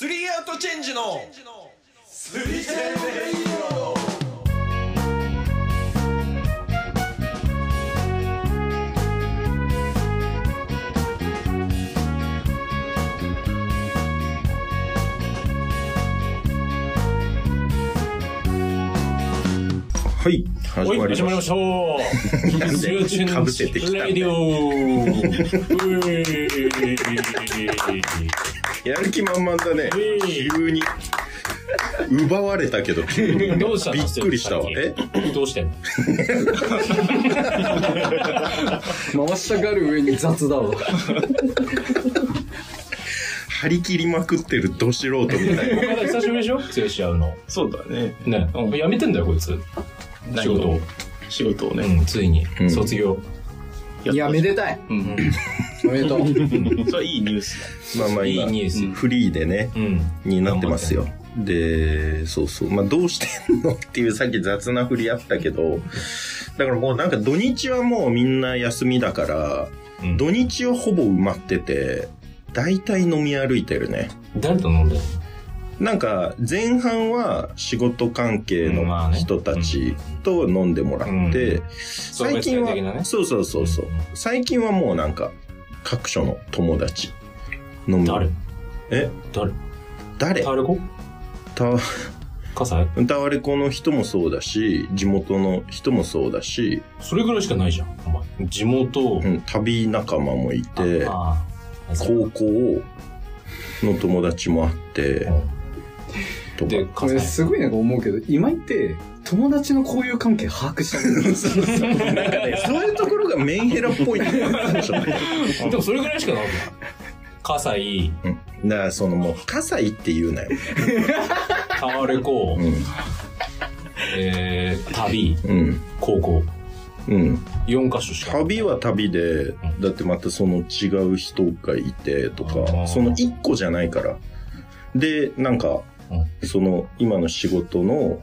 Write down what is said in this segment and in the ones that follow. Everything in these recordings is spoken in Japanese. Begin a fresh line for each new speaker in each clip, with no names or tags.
ットチェンジのスリセンレイ
はい、始
はい、
まり
始まり
ま
ま
し
しょう。
なんで
スー
かぶせてきたんだよ
レディオ。うえい
た。やる気満々だね。
えい
急に。奪われたけど、急に
どうしたの
びっくりしたわ。え
どうしてんの
回したがる上に雑だわ。
張り切りまくってるど素人みたいな。
まだ久しぶりでしょ強し合うの。
そうだね。
ね、
うん
やめてんだよ、こいつ。仕事を。
仕事を
う
ね。
ん、ついに
う。ん
卒業。
いや、めでたい。
うん。
おめでとう。
それはいいニュース
まあまあ
いい
今、
ニュース。
フリーでね、
うん。
になってますよ。で、そうそう。まあどうしてんのっていうさっき雑な振りあったけど、だからもうなんか土日はもうみんな休みだから、
うん
土日はほぼ埋まってて、大体飲み歩いてるね。
誰と飲んだよ。
なんか前半は仕事関係の人たちと飲んでもらって、最近
送別会的な
は、
ね
そうそうそうそう、最近はもうなんか各所の友達飲む
誰
え
誰
誰
タレコ
た
葛西
歌われ子の人もそうだし地元の人もそうだし、
それぐらいしかないじゃん。お前。地元
う。ん、旅仲間もいて
ああ
高校の友達もあってとか
で、
これ
葛西。
すごいなんか思うけど、今井って、友達の交友関係把握してる
なんかね そういうところがメンヘラっぽいんだよねちょっと
でもそれぐらいしかないじゃん。葛西、
うんだからそのもう葛西って言うなよ、
タワレコ、えー、旅、
うんうん
高校。
うん
4カ所しか。
旅は旅で、だってまたその違う人がいてと
あ
か、
ー
その一個じゃないから。で、なんか、その今の仕事の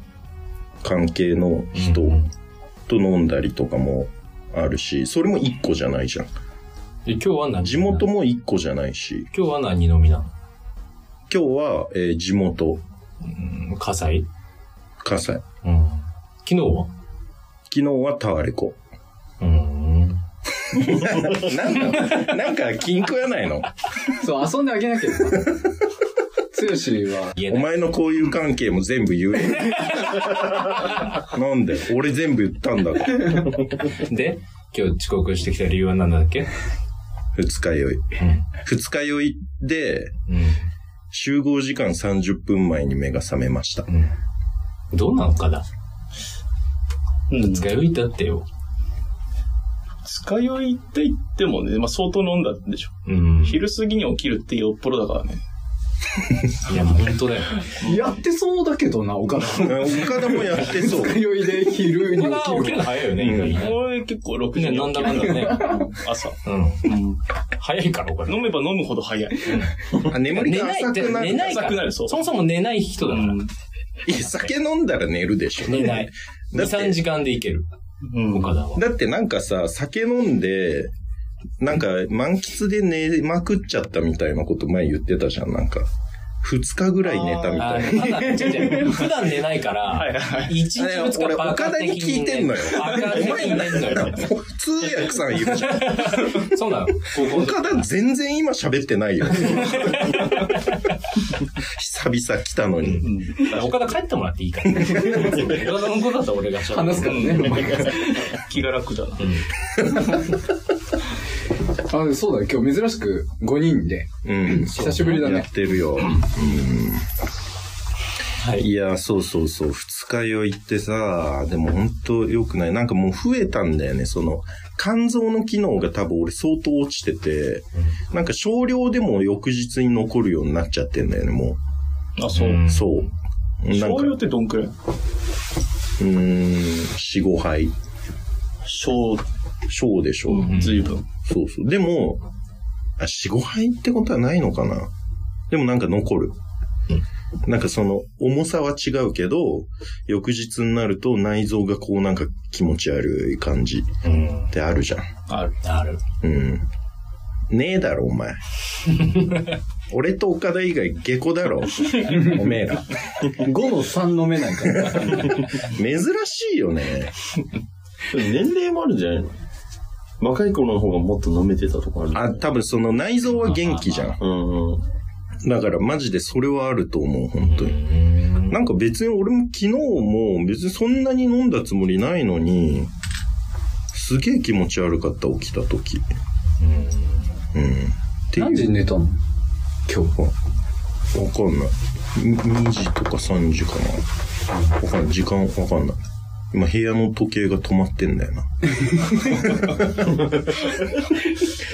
関係の人
うん
と飲んだりとかもあるし、それも一個じゃないじゃん。
で今日は何
地元も一個じゃないし、
今日は何飲みなの
今日は、えー地元、
うん葛西
葛西。
うん。昨日は
昨日はタワレコ。
うん。
なんか、なんか金食わないの
そう、遊んであげなきゃ。つよしは、
言え
お
ない。
前の交友関係も全部言 え。なんで俺全部言ったんだから。
で、今日遅刻してきた理由は何だっけ
二日酔い。
うん
二日酔いで、
う
集合時間30分前に目が覚めました。
ん。うん。どうなんかだ
だ。うん
使いいたってよ。
二日酔いって言ってもね、まあ相当飲んだでしょ。
うん。い
昼過ぎに起きるってよっぽどだからね。
や、もう本当だよ。
やってそうだけどな、岡田。
岡田もやってそう。
酔いで昼に
こ
起
れは起
き
き
る。
るの早いよね、意外にね
俺結構6時に
ね
起きる。
なんだかんだね。
朝。
うん。早いから、これ。
飲めば飲むほど早い。
あ眠り
寝
が
ない
浅
って、
くな
寝
る。
ないから。
浅くなるそう
そもそも寝ない人だから。
いや酒飲んだら寝るでしょ。
寝ない。2、
だって
3時間でいける。
うん
岡田は。
だってなんかさ、酒飲んで、なんか満喫で寝まくっちゃったみたいなこと前言ってたじゃん、なんか。二日ぐらい寝たみ
あ
たいな。
ーただ、違う違う普段寝な いか
はい
ら、
は
1
い。
日
あれ
2日
俺
バカ
岡田に聞いてんのよ
バカ的に寝んのよ。
通訳さんいるじゃん。
そうなの。高 校
岡田全然今喋ってないよ。久々来たのに。
で。岡田帰ってもらっていいから。岡田のことだったら俺が喋る
話すからね。
気が楽だな。
あ、でもそうだね、今日珍しく5人で。
うん。
久しぶりだ
や
ね
っ。てるよ。
はい。
いや、そうそうそう。二日酔いってさ、でも本当良くない。なんかもう増えたんだよね。その、肝臓の機能が多分俺相当落ちてて、なんか少量でも翌日に残るようになっちゃってんだよね、も
あ、そう。
ん
う。そう。なん
少
か、
量っ
う
てどんくらい
ーん、四五杯。
少、
小でしょ。
随分。
そうそう。でも、あ、4、5杯ってことはないのかなでもなんか残る。なんかその、重さは違うけど、翌日になると内臓がこうなんか気持ち悪い感じ
うん。
ってあるじゃん。
ある。
ある。
うん。ねえだろ、お前。俺と岡田以外下戸だろ。おめえら。
5の3飲めないから。
珍しいよね。
年齢もあるんじゃないの若い頃の方がもっと飲めてたとこある。
あ、多分その内臓は元気じゃん。
うんうん。
だからマジでそれはあると思う、本当に。なんか別に俺も昨日も別にそんなに飲んだつもりないのに、すげえ気持ち悪かった、起きた時。うん。っていう
何時に寝たの 今日。
わかんない。に2時とか3時かな。わかんない。時間わかんない。今部屋の時計が止まってんだよな。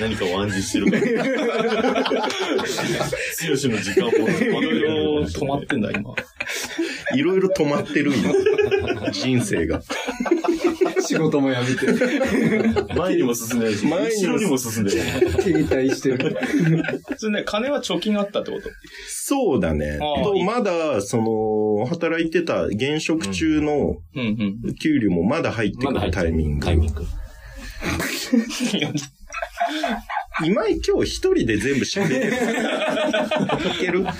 何かを暗示してる から。剛の時間も止まってんだ、今。
いろいろ止まってる 今。人生が。
仕事もやめて、
前にも進んでるし、
前にも
後ろにも進んでる。
停滞してる。
それね、金は貯金あったってこと
そうだね。
ああ
とまだ、その、働いてた現職中の
うんうん。
給料もまだ入ってく
まだ入
る
って
タイミング。
タイミング。
今井今日一人で全部喋れ る。いける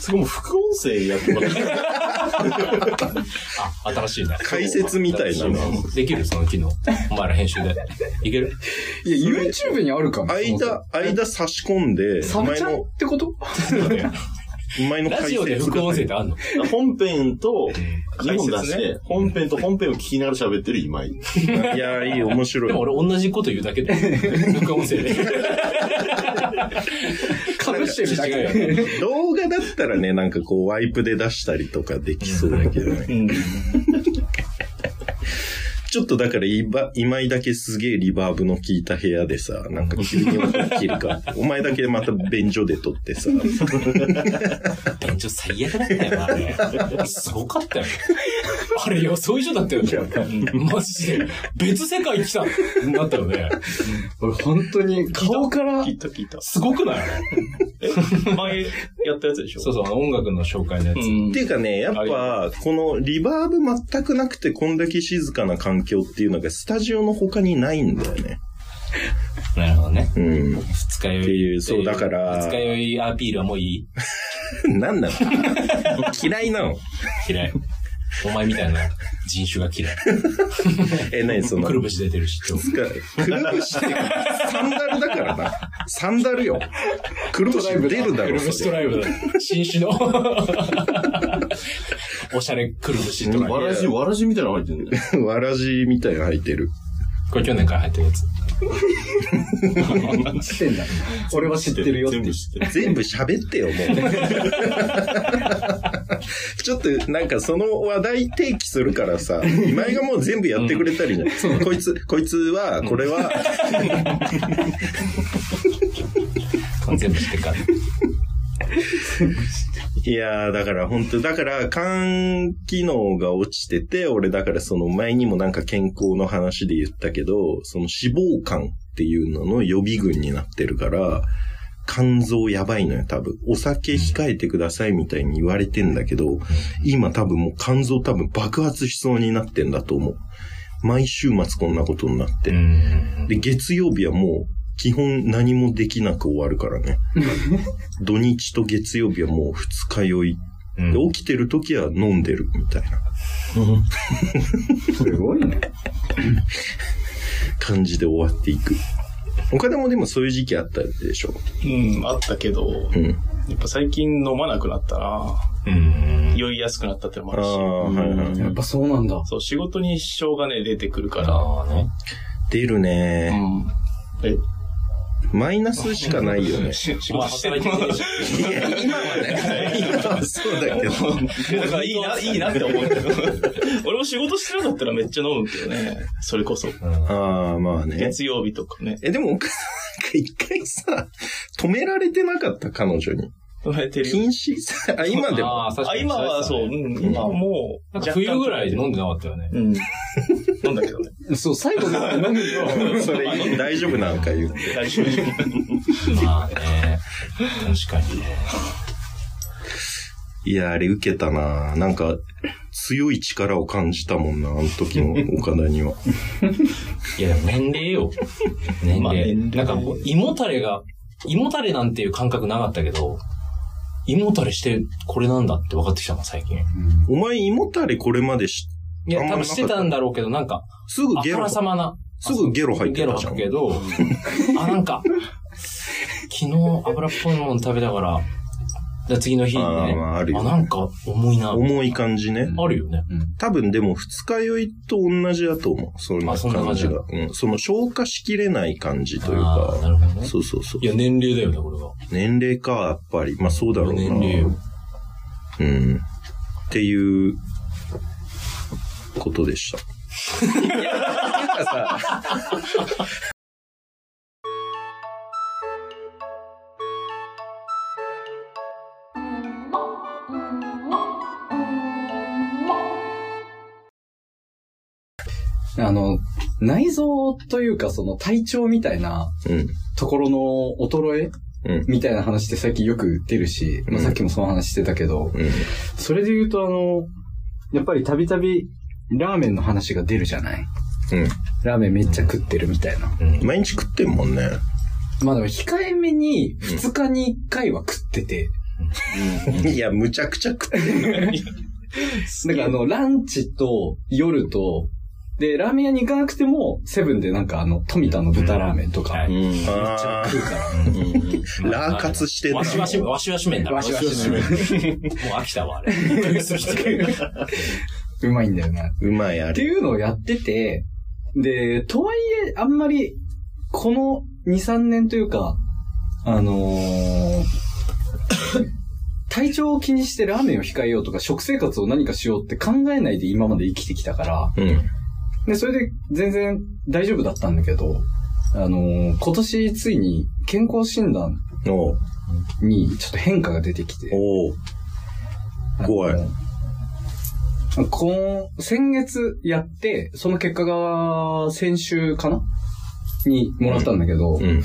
そこも副音声やってもらって。
あ、新しいな。
解説みたいなね
できるその機能。お前ら編集で。いけ る
いや、YouTube にあるかな
間、間差し込んで、
サブ
前
ちゃんっ
の、
てこと
前の
ラ
解
ジオで
説
副音声ってあんの
本編と、2解
本出
説出
し
してて、本編と本編を聞きながら喋ってる今井。
いや、いい、面白い
でも。俺同じこと言うだけで。副音声 で。
かぶしてるだ
違
け。
動画だったらね、なんかこう、ワイプで出したりとかできそうだけどね。
ん。
ちょっとだから今、今井だけすげえリバーブの効いた部屋でさ、なんか急に音が切るから、お前だけまた便所で撮ってさ、
便所最悪だったよな、あれ。すごかったよ。あれ予想以上だったよね。マジで。別世界来たんだったよね。
俺本当に顔から
聞いた聞いた。
すごくないあれ
え、前やったやつでしょ
そうそう、あの音楽の紹介のやつ。
うん
っていうかね、やっぱ、このリバーブ全くなくてこんだけ静かな環境っていうのがスタジオの他にないんだよね。
なるほどね。
う
二日酔い。
っていうそうだから
二日酔いアピールはもういい
ん。 なんなの嫌いなの
嫌い。お前みたいな人種が嫌い。
え、何その、
くるぶし出てるし。今日
つかくるぶしってサンダルだからな。サンダルよ。くるぶし出るだろ、
くるぶし
そ
ト
れ。
ライブだ。新種の。おしゃれくるぶしトライブ。
わらじ、わらじみたいなの入ってんだ よ。
わらじみたいなの履いてる。
これ去年から入ってるやつ。
知ってんだ。俺は知ってるよって
全。部知ってる。
全部喋ってよ、もう。 ちょっと、なんかその話題提起するからさ、今井がもう全部やってくれたりじゃん。こいつ、こいつは、これは、
全部知ってっから。
いやー、だから本当だから、肝機能が落ちてて、俺だからその前にもなんか健康の話で言ったけど、その脂肪肝っていうのの予備軍になってるから、肝臓やばいのよ、多分。お酒控えてくださいみたいに言われてんだけど、今多分もう肝臓多分爆発しそうになってんだと思う。毎週末こんなことになって。で、月曜日はもう、基本何もできなく終わるからね。土日と月曜日はもう二日酔い。
うん
で、起きてる時は飲んでるみたいな
すごいね。
感じで終わっていく。他でもでもそういう時期あったでしょ。
うん、あったけど、
うん。
やっぱ最近飲まなくなったら、
うん。
酔いやすくなったってのもあ
あ
るし、
あ、はいはい。
やっぱそうなんだ。
そう、仕事に支障がね、出てくるから、
ああね。
出る
う
ね。
ん。え、
マイナスしかないよね。
仕
お前
事して
働いてねえじゃん。
いや、今は ね。今はそうだけど。
だからいいな、いいなって思うけど。 俺も仕事してなかったらめっちゃ飲むけどね。それこそ。
ああ、まあね。
月曜日とかね。
え、でも、なんか一回さ、止められてなかった彼女に。
飲まれてるよ
禁止さ、あ、今でも。
あー確か
あ、
に
今はそう、うん、今はもう、
なんか冬ぐらいで飲ん
だ。
でなかったよ ね。
うん。飲んだけどね。
そう、最後 の飲むよ。
それ、大丈夫なんか言う。
大丈夫。
まあね。確かにね。
いや、あれ受けたななんか、強い力を感じたもんな、あの時の岡田 には。
いや、でも年齢よ。年
まあ年
齢。
齢
なんかこう、胃もたれが胃もたれなんていう感覚なかったけど、胃もたれしてこれなんだって分かってきたの、最近。
お前、胃もたれこれまでし、
い
あ
や、
んま
多分してたんだろうけど、なんか、
すぐ
あ
ゲ
か
ロ
ら、さまな。
すぐゲロ入って
ゲロ
たじゃ
吐く
ん。
けど、 あ、なんか、昨日油っぽいもの食べたから、で次の日に
あーま
ね、
あ、ある
あ、
よ。
なんか重いな。
重い感じね。
あるよね。
多分でも二日酔いと同じだと思う。そんな
あそんな
感
感
じ
じ
が。うん。その消化しきれない感じという
あーな
か。
るほどね。
そうそうそう
い。や、年齢だよね、これは。
年齢か、やっぱり。まあそうだろうな。
年齢よ。
うん。っていう、ことでした。
あの、内臓というかその体調みたいな
うん。
ところの衰え、
うん
みたいな話って最近よく出るし、ま
う
あ、
ん
さっきもその話してたけど、
うん。
それで言うとあの、やっぱりたびたびラーメンの話が出るじゃない
うん
ラーメンめっちゃ食ってるみたいな。
毎日食ってんもんね。
まあでも控えめに2日に1回は食ってて、
いや、むちゃくちゃ食ってる。
なんかあの、ランチと夜と、で、ラーメン屋に行かなくても、セブンでなんかあの、富田の豚ラーメンとか、
うん
めっ
うん。
ちゃ
あ
食うから。
ーラーカツしてん
わしわし、わしわし麺だ。
わしわし
わ
麺
しわし麺。もう飽きたわ、あれ。食いすぎて。
うまいんだよな。っ
うまい、あ
て
れ。
いうのをやってて、で、とはいえ、あんまり、この2、3年というか、あの ー体調を気にしてラーメンを控えようとか、食生活を何かしようって考えないで今まで生きてきたから、
うん。
で、それで全然大丈夫だったんだけど、あのー今年ついに健康診断
おう
にちょっと変化が出てきて。
おう怖い
あの。この、先月やって、その結果が先週かなにもらったんだけど、
うん。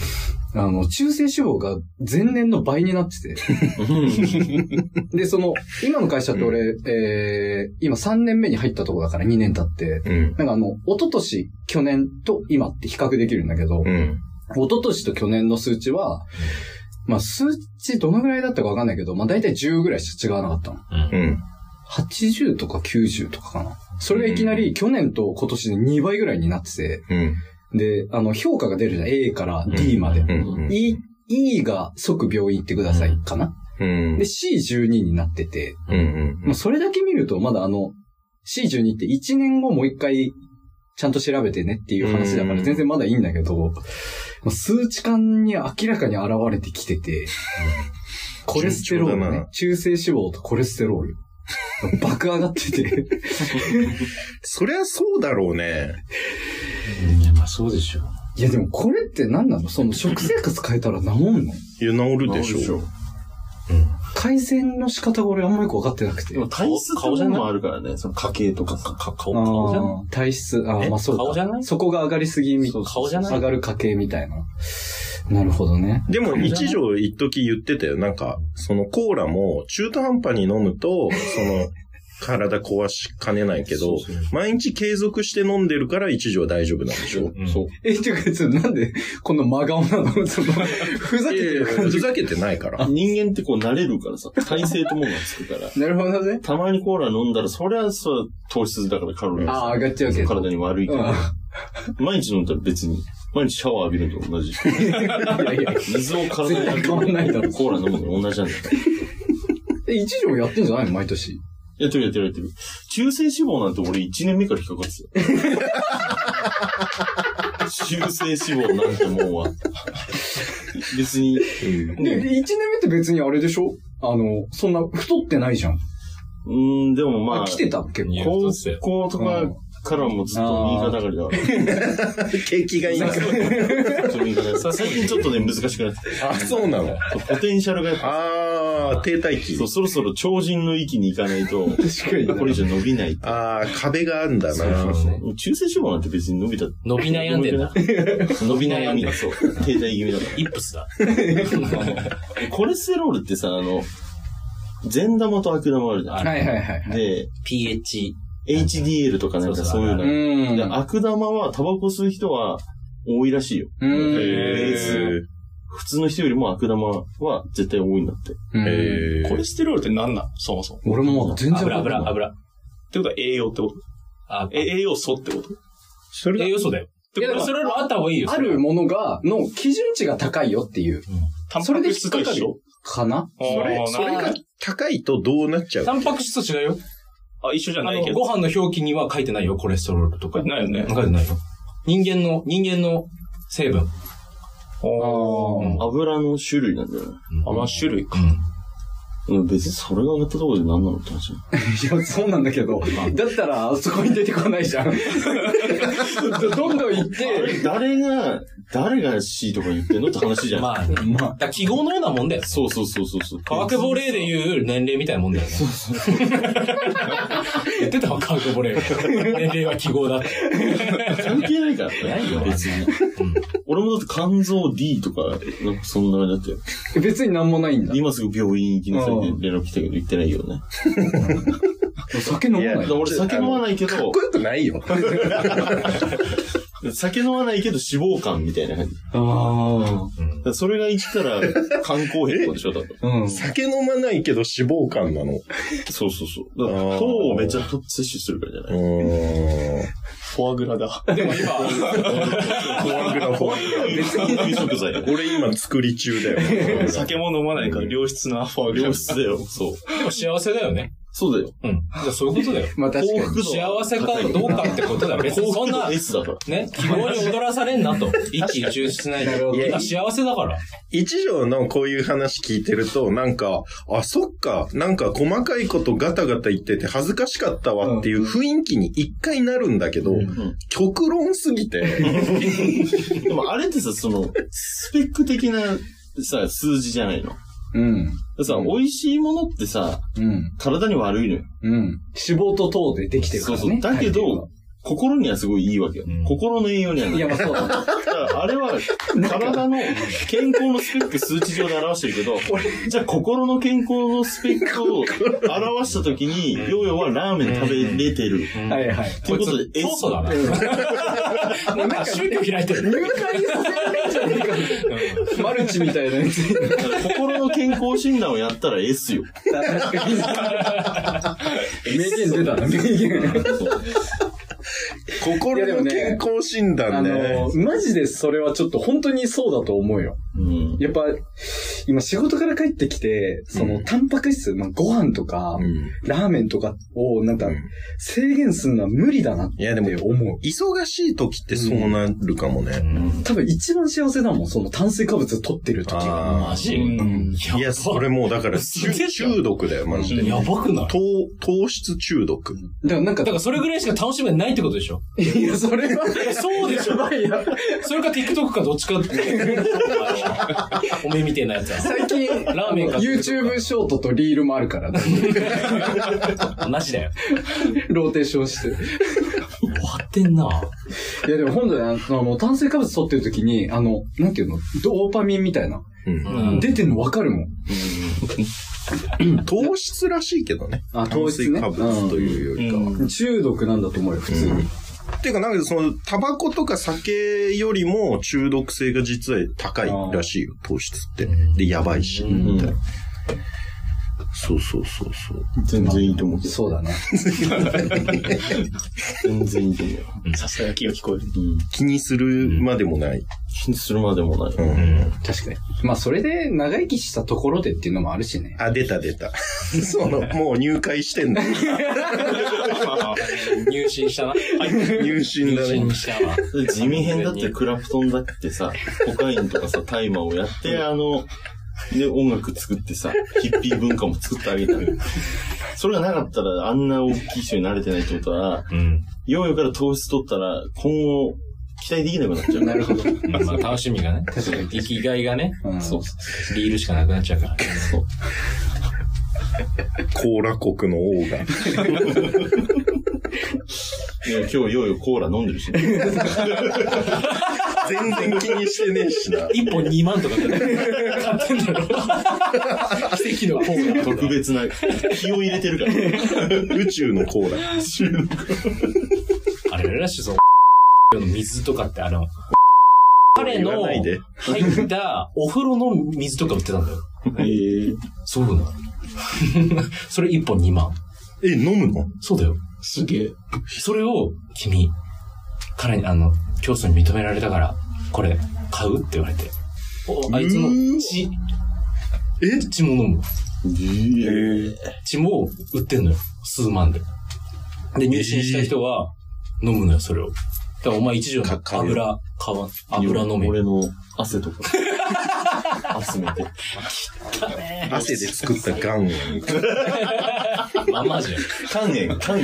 あの、中性脂肪が前年の倍になって て。で、その、今の会社って俺、えー、今3年目に入ったところだから2年経って、
うん。
なんかあの、一昨年、去年と今って比較できるんだけ
う
ど、
ん。
一昨年と去年の数値は、まあ数値どのぐらいだったかわかんないけど、まあ大体10ぐらいしか違わなかったの。
うん。
80とか90とかかな。それがいきなり去年と今年で2倍ぐらいになってて、
うん。
で、あの、評価が出るじゃん。A から D まで。
うん。うん。
E、E が即病院行ってくださいかな。
うん
で、。C12 になってて、
うん。うん
まあ、それだけ見るとまだあの、C12 って1年後もう一回ちゃんと調べてねっていう話だか
う
ら
ん
全然まだいいんだけど、まあ数値感に明らかに現れてき てて、コレステロー
順
ル
調だな
ね。中性脂肪とコレステロール。 爆上がってて。
そりゃそうだろうね。
まあそうでしょ。
いやでもこれって何なのその食生活変えたら治んの
いや、治るでしょ。
改善の仕方が俺あんまよく分かってなくて
で。も体質
顔じゃない
もあるからね、その家系とかさ。
か顔、顔じゃん
あー体質、あー
え
まあそう
顔じゃな
か。
い
そこが上がりすぎみ、
そう顔じゃない
上がる家系みたいな。なるほどね。
でも、一条一時言ってたよ。なんか、そのコーラも中途半端に飲むと、その、体壊しかねないけど、毎日継続して飲んでるから一条は大丈夫なんでしょ
うん
そう。
え、ていうか、ちょっとなんで、こんな真顔なの その、ふざけてる感
ふ
じ。
ざけてないから。
人間ってこう慣れるからさ、体勢とものがつくから。
なるほどね。
たまにコーラ飲んだら、そりゃそう、糖質だからカロリー
ああ、上がっちゃうけど。
体に悪いから。毎日飲んだら別に。毎日シャワー浴びるのと 同じ。
うん。いやいや、
水を体に
絶対変
浴
わ
び
ん
る
ないだろ
コーラ飲むのと同じなんだから。
え、一条やってんじゃないの毎年。
やってるやってるやってる。中性脂肪なんて俺1年目から引っかかって たよ。中性脂肪なんてもんは。別に、
で、で一年目って別にあれでしょあの、そんな太ってないじゃん。
うーん、でもま
あ、
あ、
来てた結構。
高校とかからもずっと右肩上がりだから。
景気がいいな。
ちょっと右肩上がり最近ちょっとね、難しくなってき
あ、そうなの。
たポテンシャルがやっぱ
あー、停滞期
そう、。そろそろ超人の域に行かないと、
確かに
これ以上伸びない。
あー、壁があるんだ
そうそう
な。
そう中性脂肪なんて別に伸びた。
伸び悩んでんだ。
伸び悩みだ。そう。停滞気味だか
イップスだ。
ら。コレステロールってさ、あの、善玉と悪玉あるじゃん。
はいはいはいはい。
で、
pH。
HDL とかなんか
そ
そ
そう
うういう
う
の。で、
ーん。
悪玉はタバコ吸う人は多いらしいよ。
うーん。
えー普通の人よりも悪玉は絶対多いんだって。
うん
え
コレステロールって何なのそもそも。
俺もまだ全然
油、油、
油。
油。
ってことは栄養ってこと
あ、
え栄養素ってことっ
それ
栄
が、
養素だよ。
て
いや、
こ
でも
とは
それはあった方がいいよ。
あるものが、の基準値が高いよっていう、
タン
そ
パ
れで
ク
引
質
っか
と
かる
一緒
かな
それ
あー
それ
なる
が高いとどうなっちゃう
タンパク質と違うよ。
ほどあ、一緒じゃ
あ
ない
の
け、ど。
ご飯の表記には書いてないよ、コレステロールとか。
ないよね
書いてないよ。人間の、人間の成分。
あ
うん
ー油の種類なんだよね。油種類か。
う
うん、別にそれが上がったところで何なのって話だよ
いや、そうなんだけど、だったら、あそこに出てこないじゃん。 どんどん行っ
あ
て、
れ誰が、誰が C とか言ってんのって話じゃ
ん。
ん。
まあ、ね、
ま
だから記号のようなもんだよ。
そうそうそうそう そう。
化学ボレーで言う年齢みたいなもんだよね。そうそう。言ってたわ、化学ボレー。年齢は記号だって。
関係ないからね。
ないよ
別に。俺もだって肝臓 D とか、なんかそんな感じだったよ。
別になんもないんだ。
今すぐ病院行きなさいって連絡来たけど行ってないけどね。
お酒飲まない
や
い
だから俺酒飲まないけ
かっ
ど
こ、よくないよ。
酒飲まないけど脂肪肝みたいな感じ。だ
ああ。
からそれが生きたら肝硬変とかでしょ、多分。
うん。
酒飲まないけど脂肪肝なの。う
そうそうそう。だか
あー
ら糖をめっちゃ摂取するからじゃない
ーん。
フォアグラだ。
でも今、
フォアグラフォアグラ。
別に食材だ よ。
俺今作り中だよ。
酒も飲まないから良質なフォアグラ。良質だよ。そう。
でも幸せだよね。
そうだよ。
うん。だからそういうことだよ。
まあ確か
幸
に。
福
幸せかどうかってことだよ。別にそんな
の、S だから。
ね、希望に踊らされんなと。一喜一憂しないで。
いや
今幸せだから。
一条のこういう話聞いてると、なんか、あ、そっか、なんか細かいことガタガタ言ってて恥ずかしかったわっていう雰囲気に一回なるんだけど、
ん
極論すぎて、
でもあれってさ、その、スペック的なさ、数字じゃないの。
うん。
さ、
うん
美味しいものってさ、
うん。
体に悪いのよ。
うん。脂肪と糖でできてるか
そう
らね。
そう。だけど、心にはすごいいいわけよ。
うん
心の栄養には
体
な
力は、いや
る。
まあそう だね。
だからあれ は、体の健康のスペック数値上で表してるけど、じゃあ心の健康のスペックを表したときに、ヨーヨーはラーメン食べれてる。
はいはい。
っていうことで、
教祖だな。なんか宗教開いてる。
入会させられんじゃねえか。マルチみたいなやつ。
心の健康診断をやったら S よ。
確かに。名言出たな、名言。いやで
心
も
の
ね
健康診
あ
断ね。
の、マジでそれはちょっと本当にそうだと思うよ。
うん。
やっぱ、今仕事から帰ってきて、その、タンパク質、まあ、ご飯とか、
うん
ラーメンとかを、なんか
うん、
制限するのは無理だなって
いやでも
思う。
忙しい時ってそうなるかもね。
多分一番幸せだもん、その炭水化物取ってる時が。
あ
マジ
うん
ーいや、それもうだから
すげえ
中
じゃん
中毒だよ、マジで。
やばくない
糖、糖質中毒。
だからなんか
だか、らそれぐらいしか楽しみがないってことでしょ
いや、それは、
そうでし
や
ょ
ばいや。
それか TikTok かどっちかって。おめみたいなやつは。
最近、
ラーメン買ってくるとか
YouTube ショートとリールもあるから、
同 じだよ。
ローテーションして。
終わってんな。
いや、でも本当にあの、あの炭水化物取ってる時に、あの、なんていうの、ドーパミンみたいな。
うん
うん
出てんのわかるもん。
糖質らしいけどね。
あ糖質ね
炭水化物というよりかは。
中毒なんだと思うよ、普通に。
ていうか、なんかその、タバコとか酒よりも中毒性が実は高いらしいよ、糖質って。で、やばいし、みたいな。そうそうそうそう。
全然いいと思うけど。
そうだね。
全然いいと思うよ。
ささやきが聞こえる。
うん。
気にするまでもない。
気にするまでもない。
うん。
確かに。まあ、それで長生きしたところでっていうのもあるしね。
あ、出た出た。 その、もう入会してんだ。
入信したな。
入信
入
だね
信。したわ。
地味編だってクラプトンだってさ、コカインとかさ、タイマーをやって、あの、で、音楽作ってさ、ヒッピー文化も作ってあげたのよそれがなかったら、あんな大きい人になれてないってことは、
うん。
ヨーヨーから糖質取ったら、今後、期待できなくなっちゃう。
なるほど。
まあ楽しみがね。生きがいがね。
うん
そう。
リールしかなくなっちゃうから。
そう。
コーラ国の王が。
いや今日ヨーヨーコーラ飲んで るし、ね、
全然気にしてねえしな。
一本2万とかで買ってんだろ。奇跡のコーナーと
特
か。
別な気を入れてるから、
宇宙のコーラ。
あれらしい、その、水とかってあの、彼
言
の
わない
入
で
ったお風呂の水とか売ってたんだよ。
ええ。
そうなの。 それ1本2万。
え、飲むの
そうだよ。
すげえ。
それを、君、彼に、あの、教祖に認められたから、これ、買うって言われて。おあいつの血、
え
血も飲む。
ええ。
血も売ってんのよ。数万で。で、入信した人は飲むのよ、それを。だからお前一条の
か買う
油、買わん、油飲め。
俺の汗とか。集めて。
汗で作ったガンを。
まあ、マジで。
肝炎、肝 炎。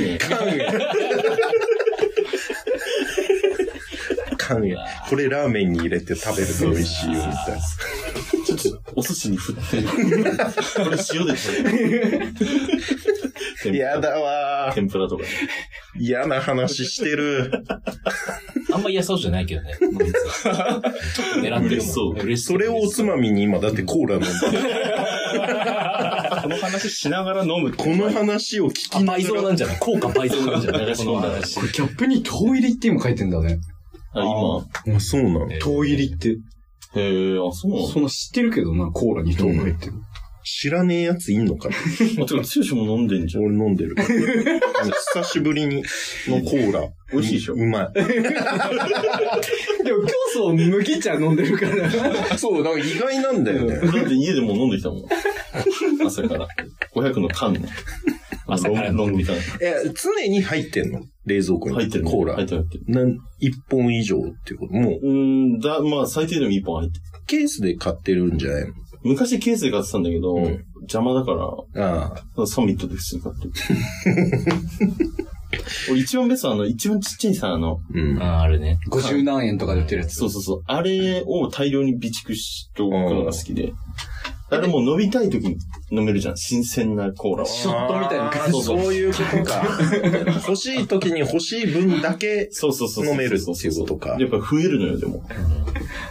缶や。これラーメンに入れて食べると美味しいよ、みたいな。
ちょっと、お寿司に振って。これ塩で食べ る。
や。だわー。
天ぷらとか。
嫌な話してる。
あんま嫌そうじゃないけどね。こいつちょっと狙ってる
嬉しそ
もん。
う
嬉し
それをおつまみに今、だってコーラ飲んでる。
この話しながら飲む。
この話を聞き
あ
なが
倍増
ら
なんじゃない効果倍増なんじゃない
流し込ん
こ
だら
の話
これキャップに遠入りって今書いてんだね。
あ、今。
あ、そうなの
遠入りって。
へえ、あ、そうなの
その知ってるけどな、コーラに糖が入ってる。
知らねえやついんのかな
あ、てか、つよしも飲んでんじゃん。
俺飲んでる。久しぶりにのコーラ。
美味しいでしょ
うま
でも、競争麦茶飲んでるから。
い。 そう、なんか意外なんだよね。
だって家でもう飲んできたもん。朝から。500の缶ね。
朝から
飲んできた。
え、常に入ってんの冷蔵庫に。
入ってるね。
コーラ
入。ってる入って
な
る。
ん、一本以上っていうこと。もう、
うーん、だ、まあ、最低でも1本入ってる。
ケースで買ってるんじゃないの
昔ケースで買ってたんだけど、
うん
邪魔だから、
ああ。
サミットで普通に買ってる。俺一番ベストはあの、一番ちっちゃいさ、あの、
うん。
ああ、あるね。
50何円とかで売ってるやつ。
そうそうそう、あれを大量に備蓄しておくのが好きで。あれもう飲みたい時に飲めるじゃん。新鮮なコーラは。
ショットみたいな感
あー
じ。
そういうことか。 欲しい時に欲しい分だけ
そうそうそうそう。
飲めるっていうことか
やっぱ増えるのよ、でも。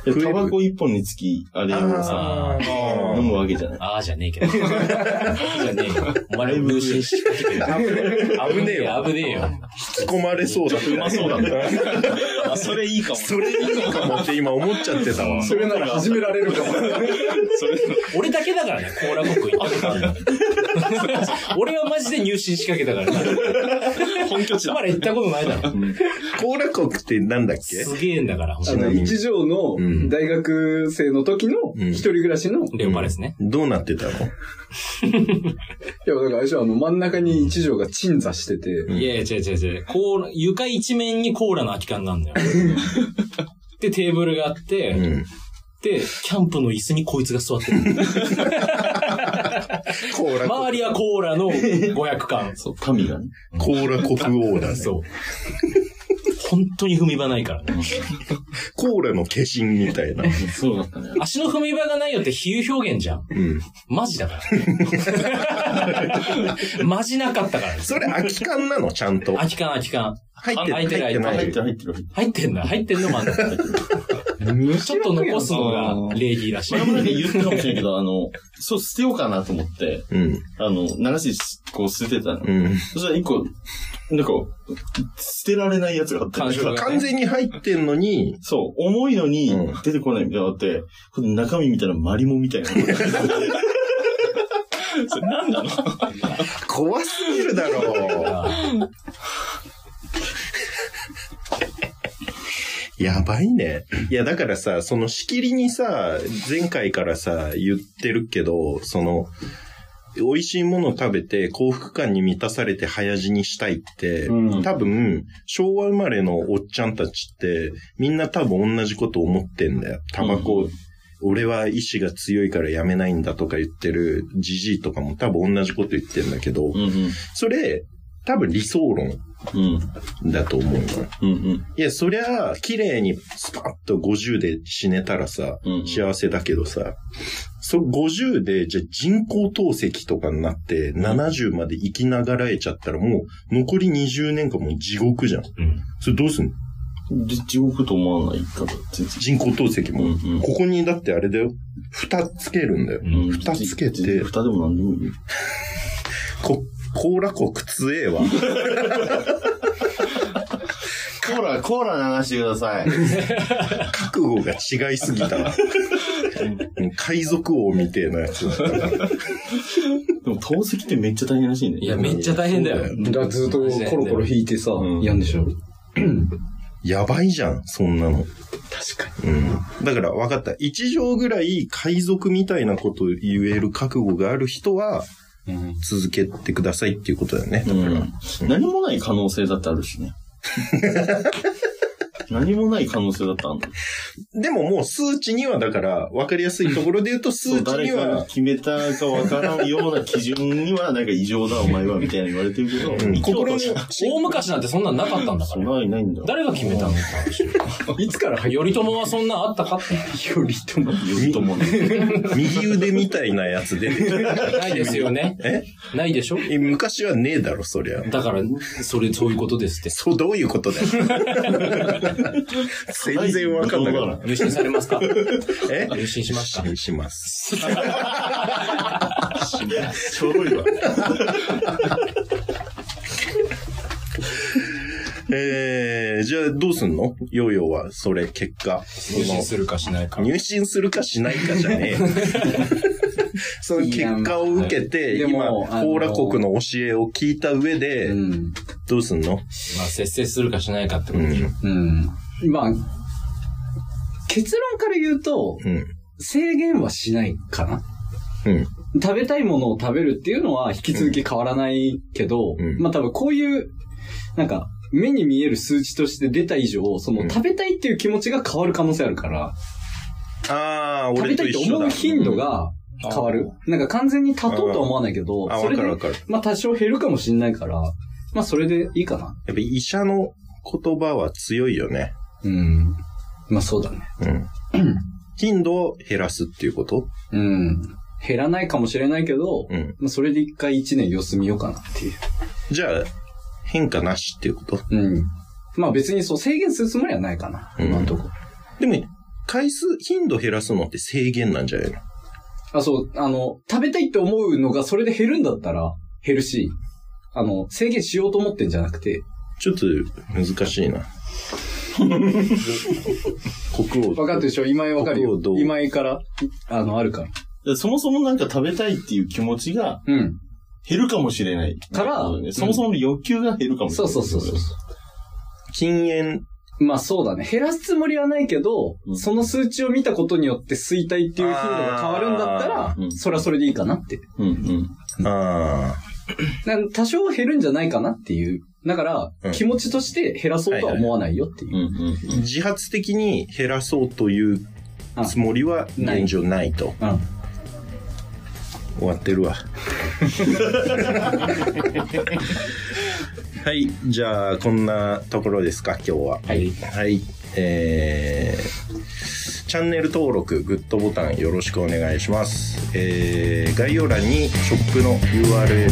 増える
タバコ一本につき、 あれをさ、
あ
あ
飲むわけじゃない。
ああじゃねえけど。ああじゃねえよ。お前の入信しかけてる。
ー危ねえよ。
危ねえよ。
引き込まれそうだ。
うまそうだね。あ、それいいかも。
それいいのかもって今思っちゃってたわ。
それなら始められるかも。
それ
俺だけだからね、コーラ国行ったことある の俺はマジで入信しかけたからな。
本拠地
ま
だ。
だ行ったことないだろ。
コーラ国ってなんだっけ
すげえんだから、
あの、一条の
うん
大学生の時の
うん
一人暮らしの、い
レオパレスね。
どうなってたの
や、だからあれでしょあの、真ん中に一条が鎮座してて、
ん
いやいや、違う違う違う。コーラ、床一面にコーラの空き缶なんだよ。で、テーブルがあって、
うん。
で、キャンプの椅子にこいつが座ってる。
コーラ
周
国。
りはコーラの500缶。
そう、神がね。
コーラ国王だね。
そう。本当に踏み場ないからね。
コーラの化身みたいな。
そうだったね。
足の踏み場がないよって比喩表現じゃん。
うん。
マジだから。マジなかったから。
それ空き缶なのちゃんと。
空き缶空き缶。
入って
空いてる
入って
あ
ない。
入ってる入ってる入って
入っ
る。
てんだ。入ってんのもあんの。ちょっと残すのが礼儀らしい
前。もなんか言ったかもしれないけど、あの、そう、捨てようかなと思って、
うん。
あの、流し、こう捨ててたの。
うん。
そしたら一個、なんか、捨てられないやつがあって。
感触が
完全に入ってんのに、
そう、重いのに
う
出てこないみたいなのがあって、これ中身見たらマリモみたいな。それ何なの
怖すぎるだろう。 やばいね。いや、だからさ、そのしきりにさ、前回からさ、言ってるけど、その、美味しいものを食べて幸福感に満たされて早死にしたいって、
うん
多分、昭和生まれのおっちゃんたちって、みんな多分同じこと思ってんだよ。タバコ、俺は意志が強いからやめないんだとか言ってるじじいとかも多分同じこと言ってんだけど
う、んうん。
それ、多分理想論
うん。
だと思うのよ。
うん
いや、そりゃ、綺麗にスパッと50で死ねたらさ、
うん
幸せだけどさ、そ50で、じゃあ人工透析とかになって、70まで生きながらえちゃったら、もう、残り20年間もう地獄じゃん。
うん
それどうすんの
うん。で、地獄と思わないから、全然。
人工透析も。
うんうん
ここに、だってあれだよ。蓋つけるんだよ。
うん
蓋つけて
蓋でも何でもいいよ。
こ、コーラコク強えわ。
コーラ、コーラ流してくだ さい。
覚悟が違いすぎたわ。うん海賊王みてえなやつだったな。
でも透析ってめっちゃ大変らしいね。
いや、めっちゃ大変だ
そうだ
よ。
だからずっとコロコロ弾いてさ
うん、
やんでしょ。
やばいじゃん、そんなの。
確か
うん。だから分かった。一条ぐらい海賊みたいなこと言える覚悟がある人は
に。
続けてくださいっていうことだよね。
うん。何もない可能性だってあるし ね。何もない可能性だってあるの。
でももう数値にはだから分かりやすいところで言うと
そ
数
う
値
誰
に
かが
は
決めたかわからんような基準には、なんか異常だ、お前は、みたいな言われてるけど、
うん
一応
心に
大昔なんてそんなんなかったんだか
そん
ら。
なにないんだ。
誰が決めたの
いつから入
頼朝はそんなんあったかって。
よりとも。
頼朝 ね。
右腕みたいなやつで。
ないですよね。
え
ないでしょ
え昔はねえだろ、そりゃ。
だから、それ、そういうことですって。
そう、どういうことだよ。全然分かんなかっ
入信されますか
た。え
入信しますか
信します。
ちょろいわ。
えー、じゃあどうすんのヨーヨーは、それ、結果。そ
入信
の
するかしないか。
入信するかしないかじゃねえ。その結果を受けて、
いや
今、
もうあの
コーラ国の教えを聞いた上で
う、ん。
どうすんの
まあ、節制するかしないかってこ
う
とでしょ。
ん。
うん。まあ、結論から言うと、
うん。
制限はしないかな。
うん。
食べたいものを食べるっていうのは引き続き変わらないけど、
うん
まあ多分こういう、なんか、目に見える数値として出た以上、その
うん
食べたいっていう気持ちが変わる可能性あるから、
あー、
食べ
俺
た
と
いって
一緒
思
だ
う。頻度が変わる。なんか完全に立とうとは思わないけど、
あ、
そ
わ
れ
かるわ
で、
かる。
まあ多少減るかもしんないから、まあそれでいいかな。
やっぱ医者の言葉は強いよね。
うん。まあそうだね。
うん。頻度を減らすっていうこと
うん。減らないかもしれないけど、
うん。
まあそれで一回一年様子見ようかなっていう。
じゃあ、変化なしっていうこと
うん。まあ別にそう制限するつもりはないかな。
うん
今のとこ。
でも、回数、頻度減らすのって制限なんじゃないの
あ、そう、あの、食べたいって思うのがそれで減るんだったら減るし、あの、制限しようと思ってんじゃなくて、
ちょっと難しい な。国王。
分かってるでしょ今井分かる
ど
よ
うど。う
今井から、あの、あるから。
そもそもなんか食べたいっていう気持ちが
うん。
減るかもしれない。
から
そもそも欲求が減るかもしれ
そう
ない。
そうそうそう。
禁煙。
まあそうだね。減らすつもりはないけど、
うん
その数値を見たことによって衰退っていう頻度が変わるんだった
あ
ら、
ーうん
それはそれでいいかなって。
うんうん。
あ
なんか多少減るんじゃないかなっていう。だから、
うん
気持ちとして減らそうとは思わないよっていう。
うんうん。
あ。自発的に減らそうというつもりは
あない
現状ないと。
うん。
終わってるわ。はい。じゃあ、こんなところですか、今日は。
はい。
はい。えーチャンネル登録、グッドボタンよろしくお願いします。えー概要欄にショップの URL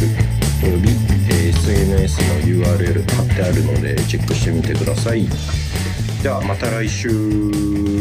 および、えー SNS の URL 貼ってあるのでチェックしてみてください。ではまた来週。